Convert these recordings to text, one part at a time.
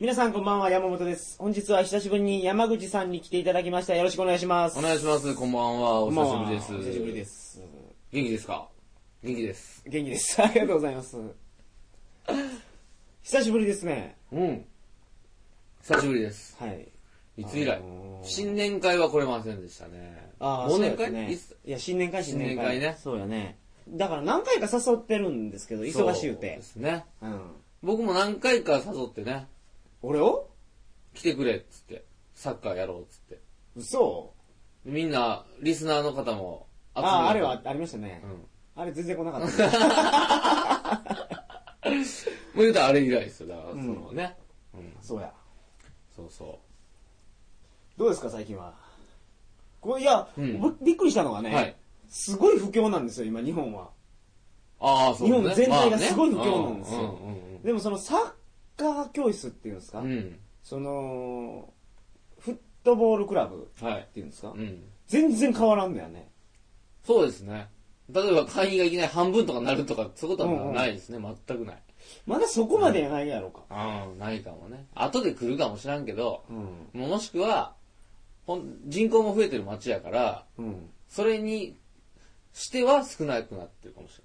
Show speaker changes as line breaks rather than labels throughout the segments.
皆さんこんばんは、山本です。本日は久しぶりに山口さんに来ていただきました。よろしくお願いします。
お願いします。こんばんは。お久しぶりです。
こんばんはお久しぶりで。す。
元気ですか元気です。
元気です。 ありがとうございます。久しぶりですね。
うん。久しぶりです。
はい。
いつ以来、
あのー
新年会は来れませんでしたね。
ああ、
忘
そうで
年
す
会、
ね
いつ。
いや、新年会、新年会。
新年会ね
そうやね。だから何回か誘ってるんですけど、忙しい
そう
うて
で。すね。
うん。
僕も何回か誘ってね、
俺を
来てくれっつって、サッカーやろうっつって。
嘘
みんな、リスナーの方も集めて
ああ、あれはありましたね
うん。。
あれ全然来なかった。
もう言うたらあれ以来ですよ。だから、そのね、
そうや。
そうそ
どうですか、最近は。これいや、
うん
ぼびっくりしたのが
う。
ね、
はい。
すごい不況なんですよ、今、日本は。
ああ、そうね。
日本全体がすごい不況なんですよ
まあねうん
でもそのサッカー教室っていうんですか、
うんうんうん。
その、フットボールクラブ
うん。はい
っ。ていうんですか、
うん。
全然変わらんのよね。
そうですね。例えば会員がいきなり半分とかなるとか、そういうことはないですね。全くない。
まだそこまでやないやろうか。
うん、ないかもね。後で来るかもしらんけど、
うん。
もうもしくは、ほん人口も増えてる街やから、
うん。
それにしては少なくなってるかもしれない。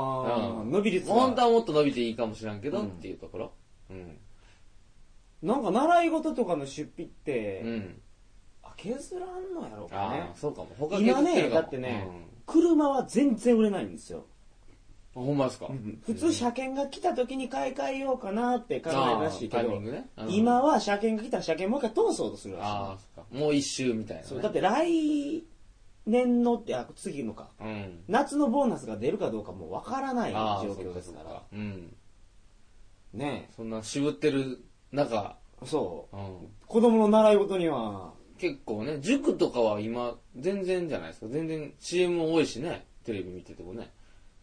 ああ、
うん
伸び率が
本当はもっと伸びていいかもしらんけど、
うん
っていうところ。うん。
なんか習い事とかの出費っ
う
て、
ん。
あ削らんのやろうか
あ
ね
あ、。そうかも。他
今
削
ね、
るかも
だってね、車は全然売れないんです よ。
うんあほんまですか。
普通車検が来た時に買い替えようかなって考えるらしいけ
ああタイミ
ど、
ングね。うん
今は車検が来たら車検もう一回通そうとするらしい。
ああ、そっか。もう一周みたいなね。
そうだって来年のってあ次のか
うん。
夏のボーナスが出るかどうかもわからない
ああ
状況ですから
そうそうそううん
ね
そんな渋ってる中、
えそ
うん
う子供の習い事には
結構ね塾とかは今全然じゃないですか全然 CM も多いしねテレビ見ててもね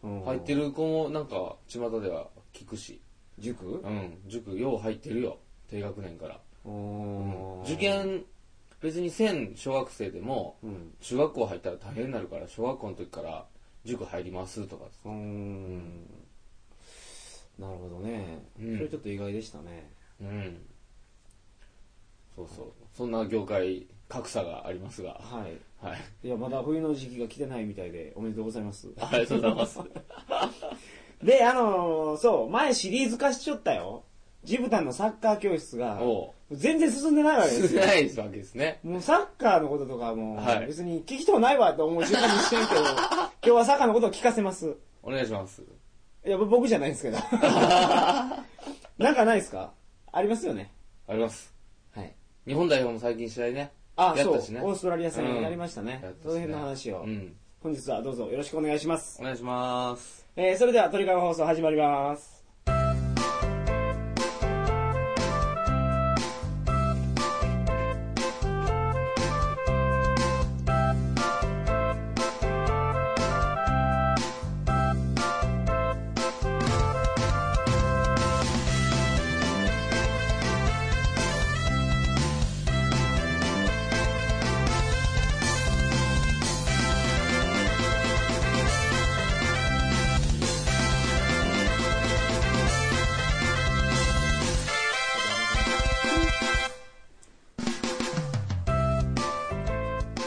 入
入
ってる子もなんか巷では聞くし
塾
うん塾よう入ってるよ低学年から、
おー
受験別に1000小学生でも
うん
中学校入ったら大変になるから小学校の時から塾入りますとか
うーんなるほどね
うん
それちょっと意外でしたね
うんそうそうそんな業界格差がありますが
はい
はい
いやまだ冬の時期が来てないみたいでおめでとうございます
ありがとうございます。
であのーそう前シリーズ化しちゃったよジブタンのサッカー教室が
お
全然進んでないわけです
う。
よ
ないわけですね。
もうサッカーのこととかも
は、い
別に聞きとうないわと思う時間にしてる けど、今日はサッカーのことを聞かせます。
お願いします。
いや、僕じゃないんですけ ど。なんかないですかありますよね。
あります。
はい。
日本代表も最近試合ね。
あ、
やっ
そう、オ
たしね
ーストラリア
う
戦
ん
やりましたね。
やったしね
その辺の話を、
うん。
本日はどうぞよろしくお願いします。
お願いします。
えー、それではトリカゴ放送始まります。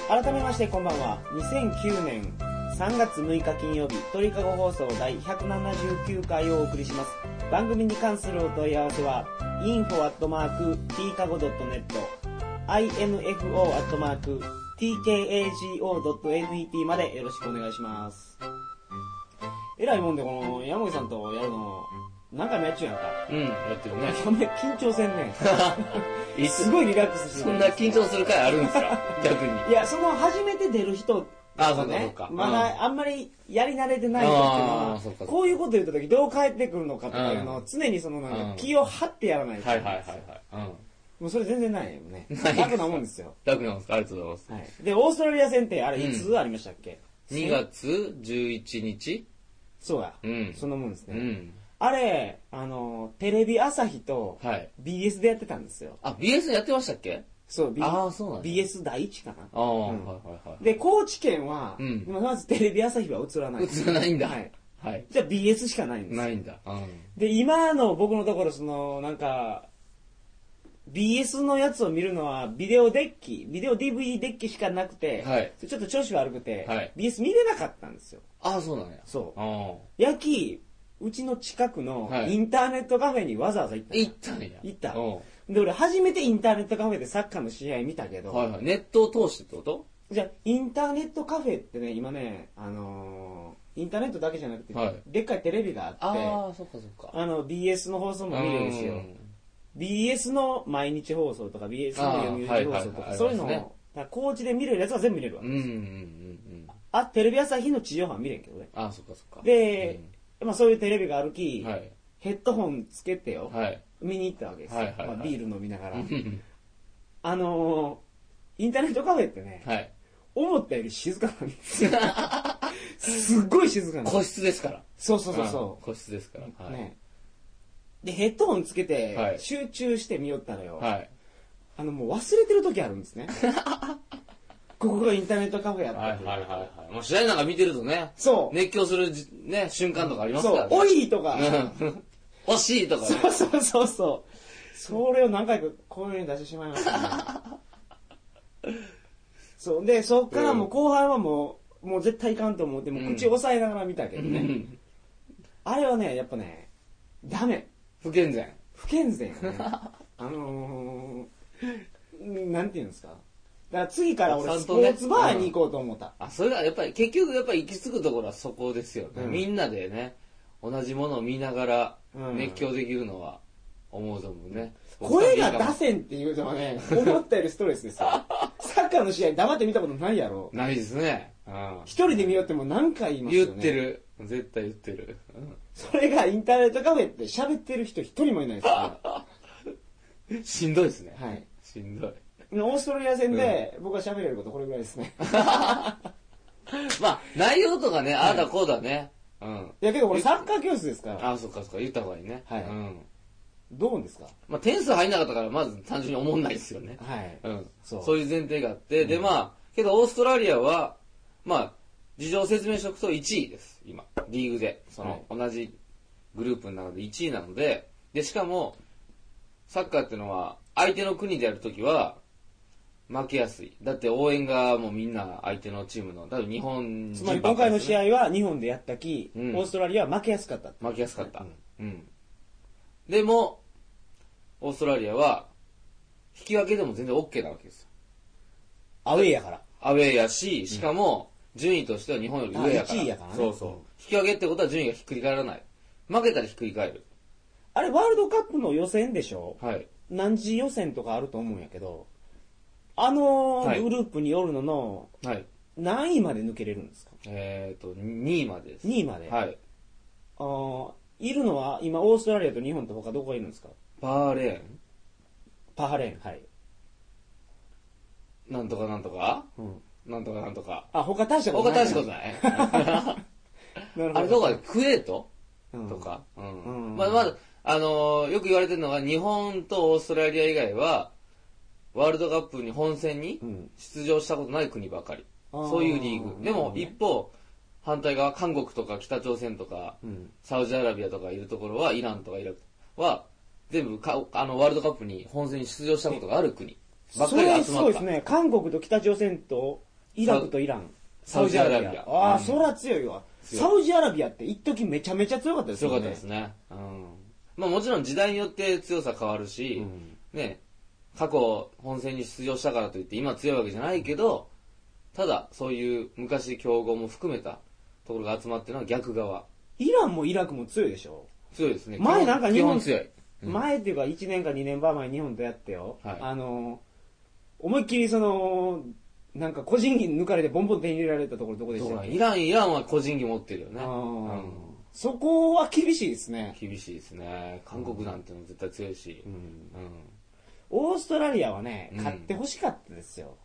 改めましてこんばんは。2009年3月6日金曜日、鳥かご放送第179回をお送りします。番組に関するお問い合わせは、info.tkago.net、info.tkago.net までよろしくお願いします。えらいもんで、この、山口さんとやるの、何回もやっちゅうやんか。
うん、やってるね。
そんな緊張せん ね
い
すごいリラックスして
そんな緊張する回あるんで すか逆に。
いや、その初めて出る人と
あそ
か
うかそう
ね
か、
ま
う
だあんまりやり慣れてない人っていうの
あーそう
は、
かそうか
こういうこと言った時どう返ってくるのかとかいうの
う
を常にそのなん
う
か
ん
気を張ってやらないと。
はいはいはいはい。うん。
もうそれ全然ないよね。
ない
楽なもんですよ。
楽なんですかありがとうございます。
はい。で、オーストラリア戦ってあれいつ
うん
ありましたっけ
2。月11日
そうや。
うん
そんなもんです
う
ね。
ん。
あれ、あの、テレビ朝日と
はい。
BS でやってたんですよ。
あ、BS やってましたっけ
そう、B-
あーそうなんだ
BS 第一かな。
あ
う
あ、はい
ん
はいはい。
で、高知県は、
うん
今まずテレビ朝日は映らない。
映らないんだ。
はい。
はい。
じゃあ BS しかないんですよ
ないんだ。うん。
で、今の僕のところ、その、なんか、 BS のやつを見るのは、ビデオデッキ、ビデオ DVD デッキしかなくて、
はい
ちょっと調子悪くて、
はい
BS 見れなかったんですよ。
ああ、そうなんや。。
そう
あ
やき、うちの近くの
はい
インターネットカフェにわざわざ行った
あ。
の
行ったんや。
行った
うん。
で、俺初めてインターネットカフェでサッカーの試合見たけど、
はいはい。ネットを通してってこと
じゃあインターネットカフェってね、今ね、あのーインターネットだけじゃなくて、
はい
でっかいテレビがあって、あ
あー、そっかそっか。
の、BS の放送も見れるんです
う
よ。
ん
BS の毎日放送とか、BS の読売放送と
あーはいはいは
か、
い
そういうの
あり
を、
ますね
だから高知で見れるやつは全部見れるわ
うん。うんうんうん。
あ、テレビ朝日の地上波は見れんけどね。
ああ、そっかそっか。
で、まあそういうテレビがあるき、
うん、はい。
ヘッドホンつけてよ、
はい。
見に行ったわけですよ。
はいはいはい
まあ、ビール飲みながら。
うん
あのー、インターネットカフェってね、
はい。
思ったより静かなんです よ。すっごい静かなんで
個
す
室ですから。
そうそうそうそ
ん個室ですから。
う。
はい。
ね。で、ヘッドホンつけ
は
て、
い
集中して見よったのよ。
はい。
あの、もう忘れてる時あるんです ね。ここがインターネットカフェやった
はい
っ
は
て
い
いう
はいはい。もう試合なんか見てるとね、
そう。
熱狂するじね、瞬間とかありますか
そ
ら
う
ね。。
おいとか。
うん惜しいとかね。
そう そうそうそう。それを何回かこういうに出してしまいましたね。そう。で、そっからもう後半はもう、もう絶対いかんと思って、もう口を押さえながら見たけどね。
うん
あれはね、やっぱね、ダメ。
不健全。
不健全よ ね。あのー、なんていうんですか。だから次から俺
ちゃん
スポ
とね
ーツバーに行こうと思った。
あ、それはやっぱり、結局やっぱり行き着くところはそこですよね。
うん
みんなでね、同じものを見ながら
うん
熱狂できるのは思う存分ね。
声が出
す
せんっていうのはね、思ったよりストレスです よ。サッカーの試合黙って見たことないやろ。
ないですね。うん
一人で見よっても何回言います
言
よ
っ
ね。
てる。絶対言ってる。
それがインターネットカフェって喋ってる人一人もいないです から。
うんしんどいですね。
はい。
しんどい。
オーストラリア戦で僕が喋れることこれぐらいですね。
まあ、内容とかね、ああだこうだね。うん。
いやけど俺サッカー教室ですから。
ああ、そっかそっか、言った方がいいね。
はい
うん。
どうですか
まあ、点数入んなかったから、まず単純に思んないですよね。
はい。
うん。
そ
そうう。いう前提があって、で、まあ、けど、オーストラリアは、まあ、事情を説明しておくと1位です、今。リーグで。その、同じグループの中で1位なので、で、しかも、サッカーってのは、相手の国でやるときは、負けやすい。だって応援がもうみんな相手のチームの、多分日本
つ
人
まり
ば
今
っか
回
り
の
です
試
ね
合は日本でやったき、オ
うん
ーストラリアは負けやすかったって。
負けやすかった。
う
うんん。でも、オーストラリアは、引き分けでも全然 OK なわけですよ。
アウェーやから。
アウェーやし、しかも、順位としては日本より上やから。
あ一位やからね
そうそう
うん。
引き分けってことは順位がひっくり返らない。負けたらひっくり返る。
あれワールドカップの予選でしょ
はい。
何時予選とかあると思うんやけど、あの
はい
グループによるのの
はい。
何位まで抜けれるんですか
えっ、ー、と、2位までです。
?2 位まで。
はい。
あーいるのは今オーストラリアと日本と他どこがいるんですか
バーレ
パハレーン。はい。
ーン、なんとかなんとか、
うん
なんとかなんとか。
あ、他大したこと
他
ない。
大したことな
なる
い。
ほど。
あれどこだっけクウェート
うん
と。か。う。
うんん
まあ、まだ、あのーよく言われてるのが、日本とオーストラリア以外は、ワールドカップに本戦に
うん。
出場したことない国ばかり。
あー
そういうリーグ。でも、
なる
一方、反対側、韓国とか北朝鮮とか、
うん。
サウジアラビアとかいるところは、イランとかイラクは、全部か、あの、ワールドカップに本戦に出場したことがある国ばっ
そ
かり
れ
が
す
集
ごい
まっ
で
た。
すね。韓国と北朝鮮と、イラクとイラン。
サウジアラビア
ああ、
うん
そら強いわ。
強い
サウジアラビアって一時めちゃめちゃ強かったです
強
よ
か
ね。
ったですね。うん。まあもちろん時代によって強さ変わる
う
し、
ん
ね、過去本戦に出場したからといって今強いわけじゃないけど、ただそういう昔強豪も含めたところが集まってるのは逆側。
イランもイラクも強いでしょ。
強いですね。
前なんか日本
基強い。うん
前っていうか1年か2年ば前日本とやってよ。
はい
あの、思いっきりその、なんか個人技抜かれてボンボン手に入れられたところどこでし
どう
た
な
っ
ん
け
イラン、イランは個人技持ってるよね。
あー
うん
そこは厳しいですね。
厳しいですね。韓国なんての絶対強いし。うん。
オーストラリアはね、
うん
勝ってほしかったですよ。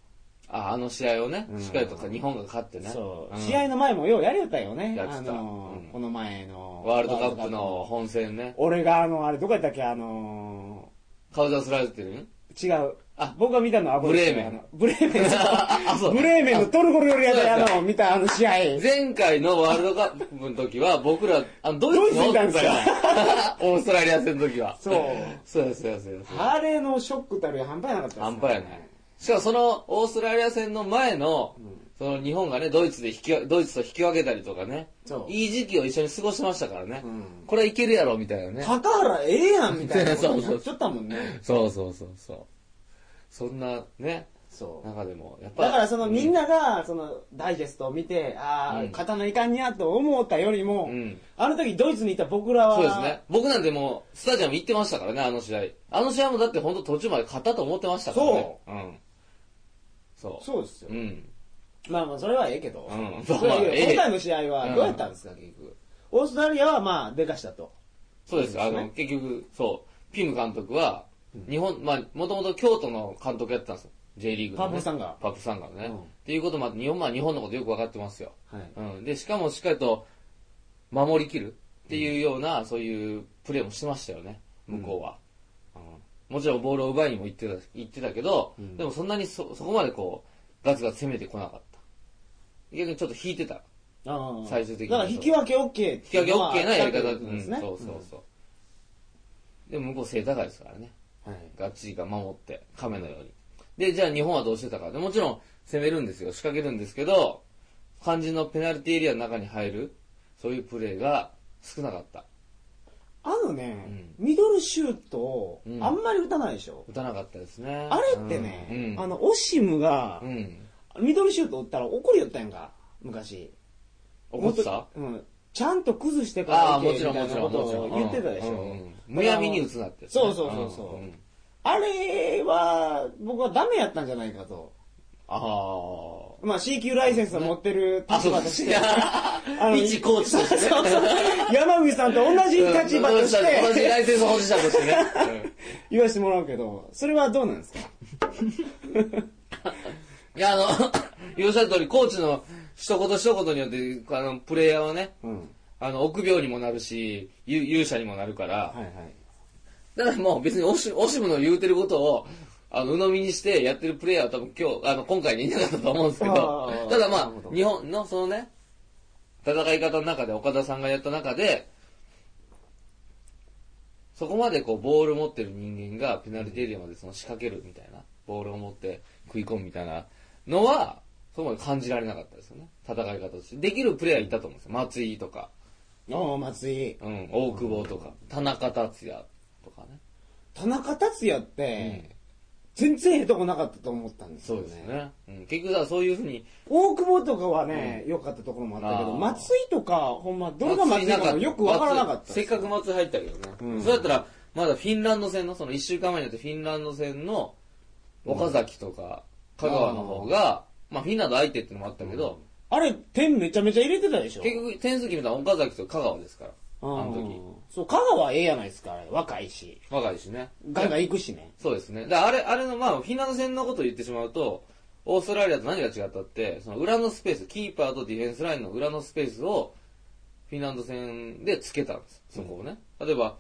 あ、あの試合をね
う、ん
しっかりとか日本が勝ってね。
そう、
ん
試合の前もようやりよったよね。
やってた
あのー
うん
この前の。
ワールドカップの。本戦ね。
俺があの、あれどこやったっけ、あの
顔出すられてるん
ー違う。
あ
僕が見たのは
ブレーメン
あのブレーメン
あそ
の、
う
ブレーメンのトルコ料理屋で
あそうです
あ
か
の、見たあの試合。
前回のワールドカップの時は、僕ら、あのドイツにおっ
ドイツ
た
にい
よ
たんです。
オーストラリア戦の時は。
そう。
そうです、そうです、そうです。
あれのショックたるや半端なかったですね
半端やね。しかもその、オーストラリア戦の前の、その日本がね、ドイツで引きわ、ドイツと引き分けたりとかね、
そう
いい時期を一緒に過ごしましたからね。
ん
これはいけるやろ、みたいなね。
高原ええやんみたいなことに
そうそう
なっちゃったもんね。
そうそうそうそう。そんなね、
そう。
中でも、やっぱ
だからそのみんながそのダイジェストを見て、あ
う
あ、
ん
刀いかんにゃと思ったよりも、
うん
あの時ドイツにいた僕らは、
そうですね。僕なんてもう、スタジアム行ってましたからね、あの試合。あの試合もだって本当途中まで勝ったと思ってましたからね。そう。ん。そう。
そうですよ。
うん。
まあまあそれはええけど、
うん
それはええけど
まあええ
今回の試合はどうやったんですか、結局。オーストラリアはまあ、でかしたと。
そうです。
そう
あ
ですね
の、結局、そう。ピム監督は、日本、まあ、もともと京都の監督やってたんですよ。J リーグの、ね。
パプさんが
パプさんがね。
うん
っていうこともあって、日本、まあ日本のことよくわかってますよ。
はい。
うん。で、しかもしっかりと、守りきるっていうような、そういうプレーもしてましたよね。向こうは。うんもちろんボールを奪いにも行ってた、行ってたけど、
うん
でもそんなにそ、そこまでこう、ガツガツ攻めてこなかった。逆にちょっと引いてた。
ああ
最終的に
だから引き分け OK って
引き分
い
け
うのは
OK なやり
あ
方
ったってことですね。
うんそうそうそう。でも向こう背高いですからね。
うんはい
がっちりが守って、亀のように。で、じゃあ日本はどうしてたか。でもちろん攻めるんですよ。仕掛けるんですけど、肝心のペナルティーエリアの中に入る、そういうプレーが少なかった。
あのね、ミドルシュートを
うん
あんまり打たないでしょ。
打たなかったですね。
あれってね、
うん
あ、の、オシムが
う、ん。
ミドルシュート打ったら怒りよったやんか、昔。
怒ってた
もっとうん。ちゃんと崩してから
ああ、
打て
もちろん
み
も
たい
ち
な
ろん
こと
もち
を
ろん。
言ってたでしょ。
うんうんむやみに打つなってやつね。
そうそうそうそうん
ん
あれは、僕はダメやったんじゃないかと。
ああ。
まあ C 級ライセンスを持ってる
あ、そ
立
う
場
で
と
す
し
ね
て、。の
一コーチとしてね。
そうそう 山口さんと同じ立場とし
うん同じ
て
ライセンス保持者としてね。
言わせてもらうけど、それはどうなんですか
うんいや、あの、 言うした通り、コーチの一言一言によって、あの、プレイヤーはね、
うん。
あの、臆病にもなるし、ゆ勇者にもなるから、
はいはい。
だからもう別にオシオシムの言うてることを、あの、鵜呑みにしてやってるプレイヤーは多分今日、あの、今回にいなかったと思うんですけ
あ
ど
ー、
た
な
だま
るほど
あ、日本のそのね、戦い方の中で、岡田さんがやった中で、そこまでこう、ボール持ってる人間がペナルティエリアまでその仕掛けるみたいな、ボールを持って食い込むみたいなのは、そこまで感じられなかったですよね。戦い方として。できるプレイヤーいたと思うんですよ。松井とか、
おー、松井。
うん、大久保とか、田中達也とかね。
田中達也って、全然ええとこなかったと思ったんですよ
そうですね。うん、結局だからそういうふうに、
大久保とかはね、良、かったところもあったけ
あ
ど、
ー
松井とか、ほんま、どれが松井かもよくわからなかった。
せっかく松井入ったけどね。
うん
そうやったら、まだフィンランド戦の、その1週間前にやったフィンランド戦の、岡崎とか、香川の方が、まあフィンランド相手ってのもあったけど、
あれ、点めちゃめちゃ入れてたでしょ
結局点数決めたのは岡崎と香川ですから。あ
うん
の時。
そう、香川ええやないですか、あれ若いし。
若いしね。
ガンガン行くしね。
そうですね。だからあれ、あれの、まあ、フィンランド戦のことを言ってしまうと、オーストラリアと何が違ったって、その裏のスペース、キーパーとディフェンスラインの裏のスペースを、フィンランド戦でつけたんです。そこをね。例えば、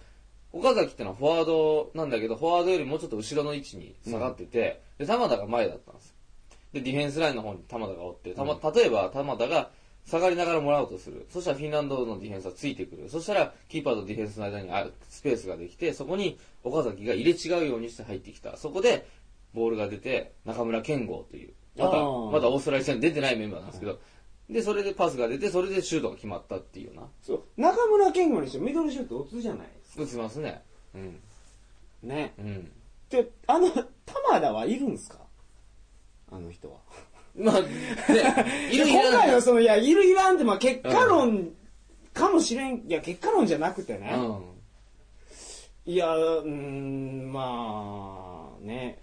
岡崎ってのはフォワードなんだけど、フォワードよりもうちょっと後ろの位置に下がってて、で、玉田が前だったんです。で、ディフェンスラインの方に玉田がおって、たま、例えば玉田が下がりながらもらおうとする。そしたらフィンランドのディフェンスはついてくる。そしたら、キーパーとディフェンスの間にあスペースができて、そこに岡崎が入れ違うようにして入ってきた。そこで、ボールが出て、中村健吾という、ま
あ
た、
ー
まだオーストラリア戦に出てないメンバーなんですけど、で、それでパスが出て、それでシュートが決まったっていうような。
そう。中村健吾にしてミドルシュート打つじゃないですか。
打ちますね。うん。
ね。
うん。
で、あの、玉田はいるんですかあの人は。
まあ、ね、い
いや
るい
今回
ら
の
ん。
その、いや、いるいらんって、まあ結果論かもしれん、いや、結果論じゃなくてね。
うん。
いや、うーん、まあ、ね。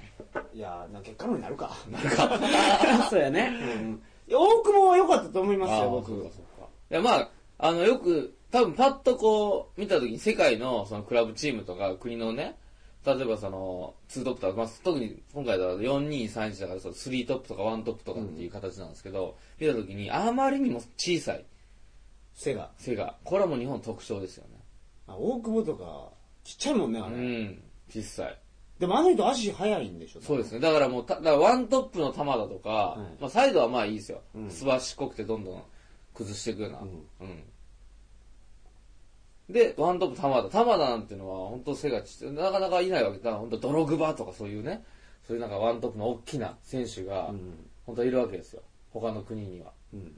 いや、な結果論になるか。なるか。 そうやね。うん大久保は良かったと思います
あ
よ、
ー
僕。
そうかそうかいや、まあ、あの、よく、多分パッとこう、見たときに世界のそのクラブチームとか国のね、例えばその、2トップとか、まあ、特に今回だと4231だから、その3トップとか1トップとかっていう形なんですけど、見たときに、あまりにも小さい、
背が。
背が。これはもう日本の特徴ですよね。
あ大久保とか、ちっちゃいもんね、あれ。
うん、小さい。
でもあの人足速いんでしょ。
そうですすね。だからもうた、だからワントップの球だとか、
い
まあサイドはまあいいですよ
う。ん
すばしっこくてどんどん崩していくような。
うん
うんで、ワントップ玉田。玉田なんてのは本当背がちっちゃいなかなかいないわけだから本当ドログバとかそういうね、そういうなんかワントップの大きな選手が
うん。
本当はいるわけですよ。他の国には。
うん。
うん。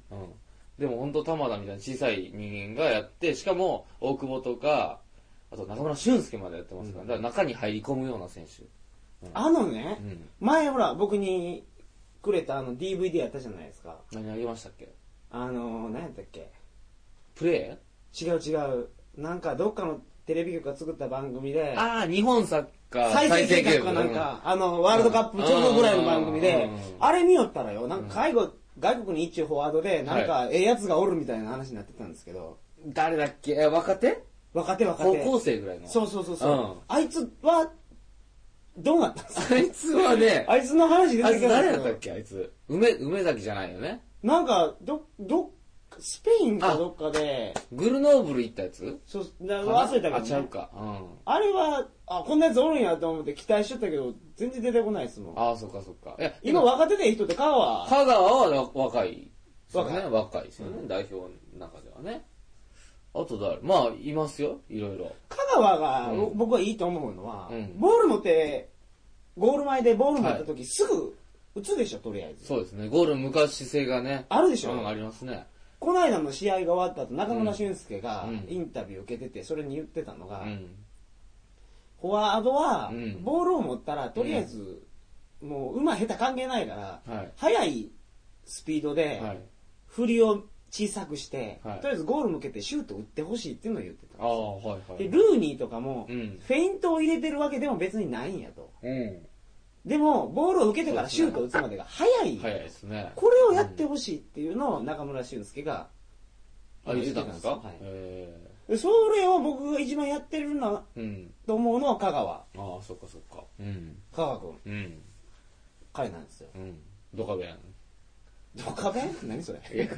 でも本当玉田みたいな小さい人間がやって、しかも大久保とか、あと中村俊輔までやってますから、だから中に入り込むような選手。
あのね
う、ん。
前ほら、僕にくれたあの DVD やったじゃないですか。
何あげましたっけ
あの、何やったっけ
プレー
違う違う。なんかどっかのテレビ局が作った番組で、
ああ、日本サッカー
再生計画かなんか、あの、ワールドカップちょうどぐらいの番組で
うんうん、
あれ見よったらよ、なんか介護、外国に一応フォワードで、なんかええやつがおるみたいな話になってたんですけど、
うん誰だっけえ若手
若手若
高
手。
校生ぐらいの。
そうそうそうそう、
うん
あいつは、どうなったんですか
あいつはね、
あいつの話出
あ
て
い
き
つ
て
誰だったっけあいつ。梅、梅崎じゃないよね。
なんか、ど、ど、スペインかどっかで、
グルノーブル行ったやつ
そう、な忘れた
あ、
け
ち
ど、
ゃう
ね、
か。うん。
あれは、あ、こんなやつおるんやと思って期待しとったけど、全然出てこないですもん。
ああ、そっかそっか。いや、
今若手でいい人って川は、
香川は若いですよね。
若
若いですよね。代表の中ではね。あと誰まあ、いますよ。いろいろ。
香川が、
うん
僕はいいと思うのは、
うん
ボール持って、ゴール前でボール持った時、すぐ打つでしょ、とりあえず。
そうですね。ゴール向かう姿勢がね。
あるでしょ、
うんありますね。
この間の試合が終わった後、中村俊輔が
うん
インタビュー受けてて、それに言ってたのが、
うん。
フォワードは
うん、
ボールを持ったら、とりあえず、もう、馬下手関係ないから、
はい
速いスピードで、
はい。
振りを小さくして、
はい
とりあえずゴール向けてシュート打ってほしいっていうのを言ってたん
あ
です
あ、はいは
で、
い。
ルーニーとかも、
うん
フェイントを入れてるわけでも別にないんやと。
うん。
でも、ボールを受けてからシュートを打つまでが早い。
早いですね。
これをやってほしいっていうのを中村俊輔が、
あ、言ってたんですか
はい
え
でそれを僕が一番やってるな
えうん。
と思うのは香川。
ああ、そっかそっか。うん。
香川君。
うん。
彼なんですよ。
うん。ドカベン。
ドカベン何それ。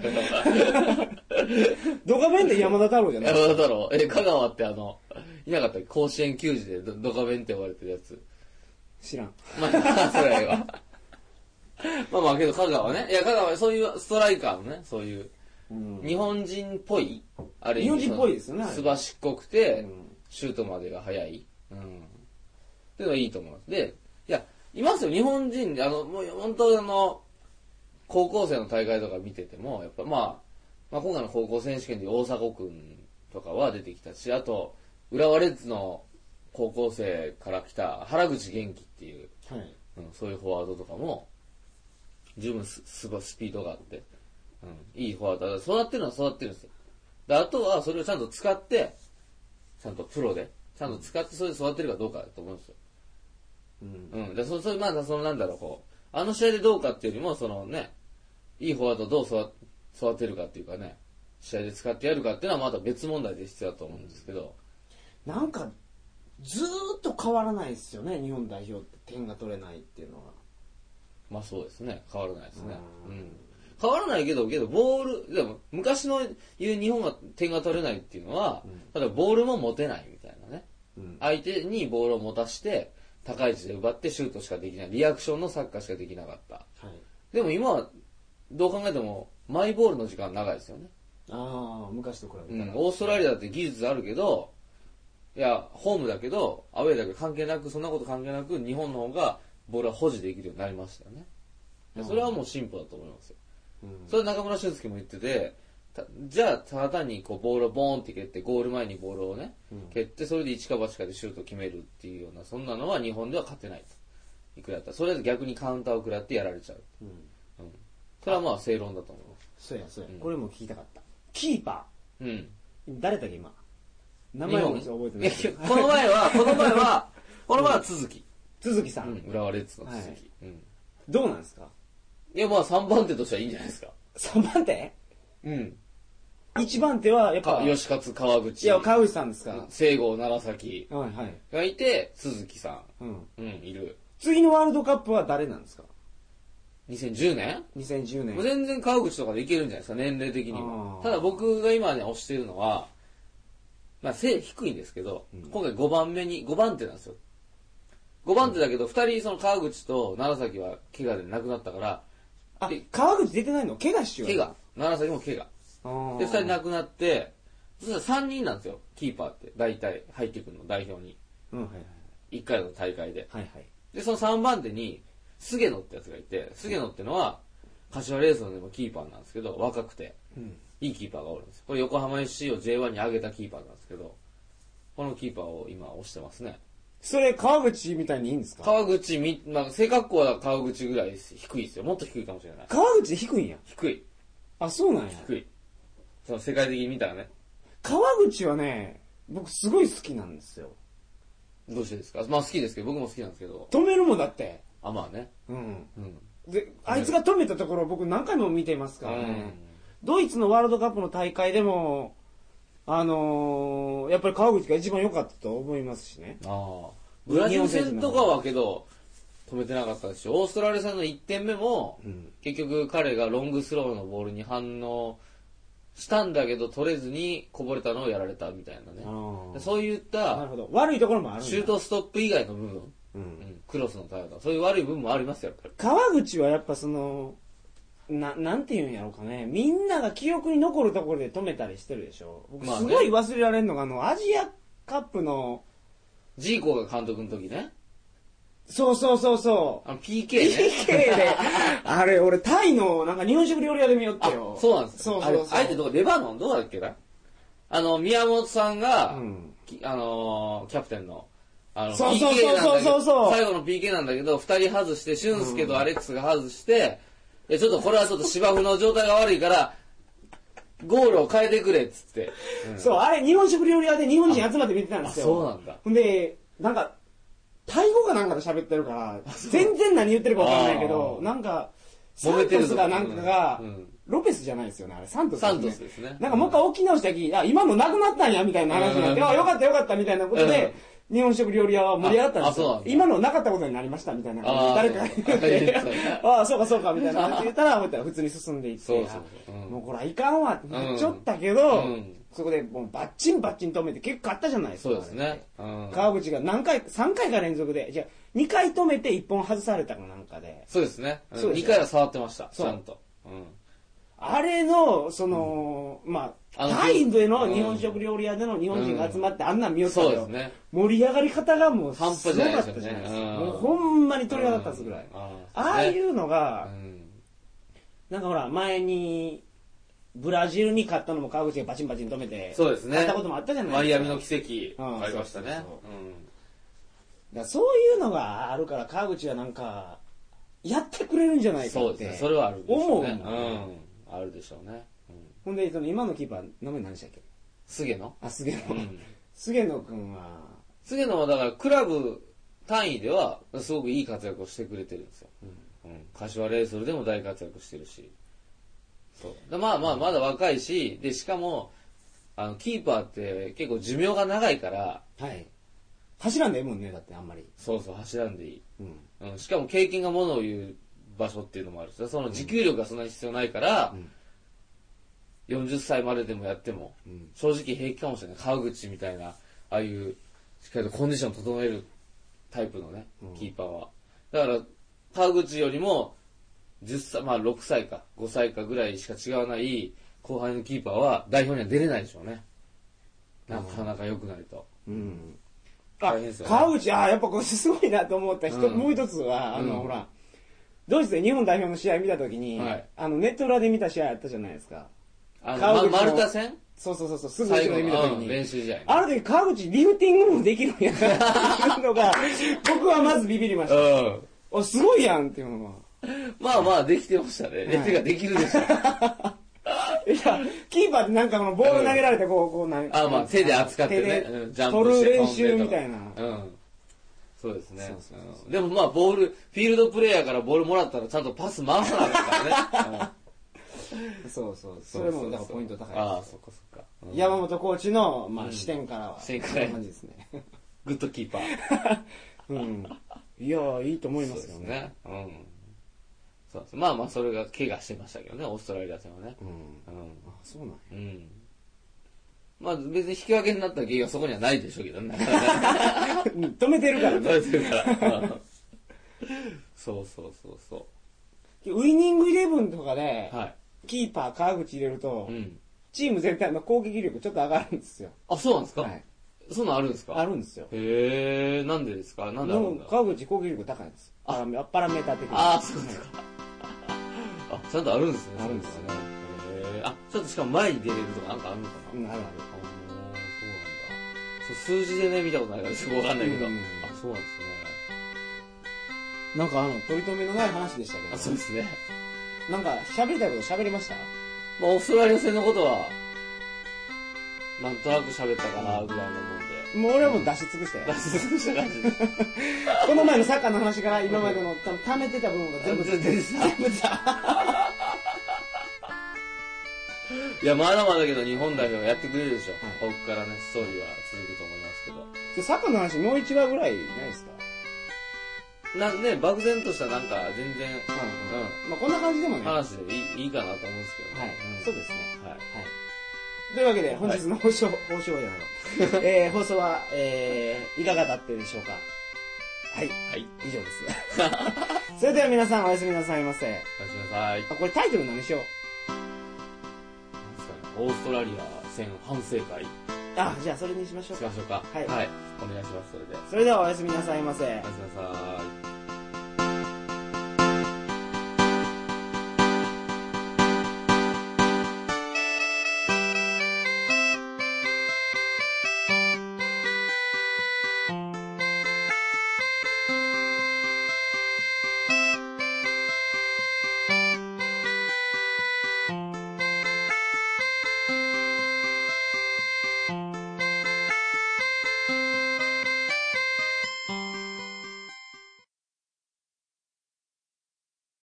ドカベンって山田太郎じゃ
え、
ない
だだろう。え、香川ってあの、いなかったっけ甲子園球児でドドカベンって呼ばれてるやつ。
知らん。
まあ、それはええわ。 まあまあ、けど香川ね。いや、香川はそういうストライカーのね、そういう、
うん
日本人っぽい、ある意味
日本人っぽいですよね
そのすばしっこくて、
うん
シュートまでが早い。うん。っていうのはいいと思います。で、いや、いますよ、日本人で、あの、もう本当あの、高校生の大会とか見てても、やっぱまあ、まあ今回の高校選手権で大迫くんとかは出てきたし、あと、浦和レッズの高校生から来た原口元気っていう、
はい。
うん、そういうフォワードとかも、十分す、すごいスピードがあって、うん、いいフォワード。だから育ってるのは育ってるんですよ。で、あとはそれをちゃんと使って、ちゃんとプロで、ちゃんと使ってそれで育ってるかどうかだと思うんですよ。
うん。
うん。で、そ、それ、まあ、そのなんだろう、こう、あの試合でどうかっていうよりも、そのね、いいフォワードをどう育育てるかっていうかね、試合で使ってやるかっていうのはまた別問題で必要だと思うんですけど、
なんか、ずーっと変わらないですよね、日本代表って点が取れないっていうのは。
まあそうですね。変わらないですね。
う
うんん。変わらないけど、けど、ボール、でも、昔の言う日本が点が取れないっていうのは、ただボールも持てないみたいなね。
うん。
相手にボールを持たして、高い位置で奪ってシュートしかできない。リアクションのサッカーしかできなかった。
はい。
でも今は、どう考えても、マイボールの時間長いですよね。
ああ、昔と比
う
べたら。
ん。オーストラリアだって技術あるけど、いや、ホームだけど、アウェーだけど関係なく、そんなこと関係なく、日本の方がボールは保持できるようになりましたよね。でそれはもう進歩だと思いますよ。
うん
それ中村俊輔も言ってて、たじゃあ、ただ単にこうボールをボーンって蹴って、ゴール前にボールをね、
うん
蹴って、それで一か八かでシュートを決めるっていうような、そんなのは日本では勝てないと。いくらやったら。それで逆にカウンターを食らってやられちゃう。
うん
うん。それはまあ正論だと思います。
そうや、そうや
う。ん
これも聞きたかった。キーパ
うん。
ー。誰だっけ、今。名前も
日
覚
本
えてないけど。
いやこの前は、 この前は、この前は続き。
鈴木さ。
うんん。浦和レッズの続
はい
き。うん。
どうなんですか
いや、まあ3番手としてはいいんじゃないですか。
?3 番手
うん。
?1 番手は、やっぱ
か、、吉勝、川口。
いや、川口さんですか
西郷、楢崎
はい、はい。
がいて、鈴木さ
うん。
ん。うん、いる。
次のワールドカップは誰なんですか
2010年
?2010
も
年。
う全然川口とかでいけるんじゃないですか、年齢的に
あ
は
ー。
ただ僕が今ね、推してるのは、まあ、背低いんですけど、
うん
今回5番目に、5番手なんですよ。 5番手だけど、2人、その川口と楢崎は怪我で亡くなったから、
あ
え、
川口出てないの怪我しよう。
怪我。楢崎も怪我。
我
で、2人亡くなって、そしたら3人なんですよ、キーパーって。大体、入ってくるの、代表に。
うん、はいはい。
1回の大会で。
はいはい。
で、その3番手に、菅野ってやつがいて、菅野ってのは、柏レーソンでもキーパーなんですけど、若くて、
うん。
いいキーパーがおるんですよ。これ横浜 FC を J1 に上げたキーパーなんですけど、このキーパーを今押してますね。
それ、川口みたいにいいんですか
川口み、まあ、正確校は川口ぐらいです低いですよ。もっと低いかもしれない。
川口低いんや。
低い。
あ、そうなんや。
低い。その世界的に見たらね。
川口はね、僕すごい好きなんですよ。
どうしてですかまあ好きですけど、僕も好きなんですけど。
止めるもんだって。
あ、まあね。
うん。
うん。
で、あいつが止めたところ僕何回も見てますからね。ドイツのワールドカップの大会でも、あのー、やっぱり川口が一番良かったと思いますしね。
ああ。ブラジル戦とかはけど、止めてなかったし、オーストラリア戦の1点目も、
うん。
結局彼がロングスローのボールに反応したんだけど、取れずにこぼれたのをやられたみたいな
あ
ね。
ー
そういっ
なる
た、
ほど。悪いところもあるんだ
シュートストップ以外の部分、
う。
うんん、クロスの対応とか、そういう悪い部分もありますよ、やっぱり
川口はやっぱその、な、なんて言うんやろうかね。みんなが記憶に残るところで止めたりしてるでしょ。僕
まあ
す
ね
ごい忘れられんのが、あの、アジアカップの、
ジーコが監督の時ね、
そうそうそうそう。
あの PK ね。
PK で、あれ、俺、タイの、なんか日本食料理屋で見よっ
あ
てよ。、
そうなんです
そう
よ。
そ
あ
う
れ
そう。
相手どこレバノンどうだっけなあの、宮本さんが、
うん。
きあのーキャプテンの、あの、
そうそうそう
PK なんだけど
そうそうそう
最後の PK なんだけど、二人外して、俊介とアレックスが外して、いや、ちょっとこれはちょっと芝生の状態が悪いから、ゴールを変えてくれっつって。
そう、あれ、日本食料理屋で日本人集まって見てたんですよ。
あそうなんだ
ほんで、なんか、タイ語かなんかで喋ってるから、全然何言ってるかわかんないけど、
あー
なんか、サ
揉め
ン
て
ト
る
ス
ぞ
がなんかが、
うん
ロペスじゃないですよね、あれ、サントス、
サントスですね
なんかもう一回沖直した時、あ、今のなくなったんや、みたいな話になって、
うん
あ、よかったよかった、みたいなことで、日本食料理屋は盛り上がったんです
あそう
よ
なん。だ
今のなかったことになりました、みたいな感じで
あー
誰かが言って
そうそう、
ああ、そうかそうか、みたいな感じで言ったら、ほんとは普通に進んでいって、
そうそうそううん
もうこれはいかんわってなっちゃったけど、
うん
そこでもうバッチンバッチン止めて結構あったじゃないですか。
そうですね。う
あ
ん
れ。川口が何回、3回か連続で、じゃあ2回止めて1本外されたかなんかで、
そうですね。うん
そうですね
二回は触ってました、ち
そう
ゃんと。うん。
あれの、その、まあ、
あの
タイでの
うん
日本食料理屋での日本人が集まってあんなん見よった
そう
け
で
ど
す、ね。
盛り上がり方がもうすご
半
か
端じゃないで
っ
すよね
たじゃないですか。
うん
もうほんまに鳥肌立つぐらい。
うん。あ。
ああいううの
う
が、
ん。
なんかほら、前に、ブラジルに勝ったのも川口がバチンバチン止めて、
そうですね
勝ったこともあったじゃないですか。
マイアミの奇跡、ありました
うんそうそう。
ねうん。
だからそういうのがあるから川口はなんかやってくれるんじゃないかって
そうですね。それはあるでし
思
ょ
うもん
うね
ね。
うん。あるでしょうね。うん
ほんでその今のキーパー名前何でしたっけ
菅野
あ菅野、
ん
菅野君は
菅野はだからクラブ単位ではすごくいい活躍をしてくれてるんですよ。うん柏レイソルでも大活躍してるし。そう。でまあまあ、まだ若いし、で、しかも、あの、キーパーって結構寿命が長いから、
はい走らんでええもんねだってあんまり、
そうそう、走らんでいい。
うん
うん、しかも経験がものを言う場所っていうのもあるし、その持久力がそんなに必要ないから、40歳まででもやっても、
うん
正直平気かもしれない。川口みたいな、ああいう、しっかりとコンディション整えるタイプのね、
ん
キーパーは。だから、川口よりも、10歳、まあ6歳か、5歳かぐらいしか違わない後輩のキーパーは、代表には出れないでしょうね。なかなか良くないと。
うんあ
大変ですよね
川口ああやっぱこれすごいなと思った人、
うん
もう一つはあの、
うん
ほらドイツで日本代表の試合見たときに、
はい
あのネット裏で見た試合あったじゃないですか
あの、
川
ま
口の
丸田戦
そうそうそうそうすぐ後
最
ろ
後
で見たとき
の、う
に、
ん練習試合ね。
ある時川口リフティングもできるんやなっていうのが、僕はまずビビりました。
うん。
お、すごいやんっていうのは。
まあまあ、できてました
は
ね。
い
てか、できる でしょ。
いや、キーパーってなんかこのボール投げられてこう、こうなん
あまあ、手で扱ってね。
手で
うんジャンプし
取
て
る練
飛
習
んで
み
とか
たいな。
うん。そうですね
そうそうそうそ。
うんでもまあ、ボール、フィールドプレイヤーからボールもらったら、ちゃんとパス回さなあかんからね。
そうそう。
う ん
それもだからポイント高い
ああ、
です
そっかそっか。うん
山本コーチの、まあ、視点からは。
視点から
こんな感じですね。
グッドキーパー。
うん。いや、いいと思いま
そう
す
で
よ
す
ね。
ね。うん。そうですまあまあ、それが怪我してましたけどね、オーストラリア戦はね。
うん。
う
あ、そうなんや。
ん。うん。まあ別に引き分けになった原因はそこにはないでしょうけどね。
うん 止めて るからね。
取れてるから。うんそうそうそうそ
ウイニングイレブンとかで
う。、はい。
キーパー川口入れると、
うん。
チーム全体の攻撃力ちょっと上がるんですよ。
あ、そうなんですか、
はい。
そんなんあるんですか
あるんですよ。
へえ、なんでですかなんであるんだ
川口攻撃力高いんです。パラメパラメーター的に。
ああ、そうですか。あ、ちゃんとあるんですね。
あるんですよね
そういうのがね。へえ。あ、ちょっとしかも前に出れるとかなんかあるのかな、
うん、あるあ
あーそうなんだそう数字でね見たことないからちょっとわかんないけど、
うん
あそうなんですね
る。なんかあの、取り留めのない話でした
あそうですね
けど、なんか喋りたいこと喋りました
まあオーストラリア戦のことはなんとなく喋ったかなぐらいのもん で
もう俺はもう出し尽くしたよ。
脱出した感じで
この前のサッカーの話から今までの多分溜めてた部分が全部
全部出てた
全部出た。
いやまだまだけど日本代表がやってくれるでしょ、ここからねストーリーは続くと思いますけど
でサッカーの話もう一話ぐらいないですか
なんで漠然としたなんか全然
うん。まあこんな感じでもね。はい。
話でいいいいかなと思うんですけどね、うん
そうですね。
はい
はい。というわけで、本日の放送、放送じゃ ないわえー、放送は、えー、いかがだったでしょうかはい、
はい
以上です。 それでは皆さんおやすみなさいませ。
おやすみなさい
あ、これタイトル何しよう
なんですかねオーストラリア戦反省会
あ、じゃあそれにしましょう
しま
か。
しょうか。
はい
お願いします、それで。
それではおやすみなさいませ。
おやすみなさい。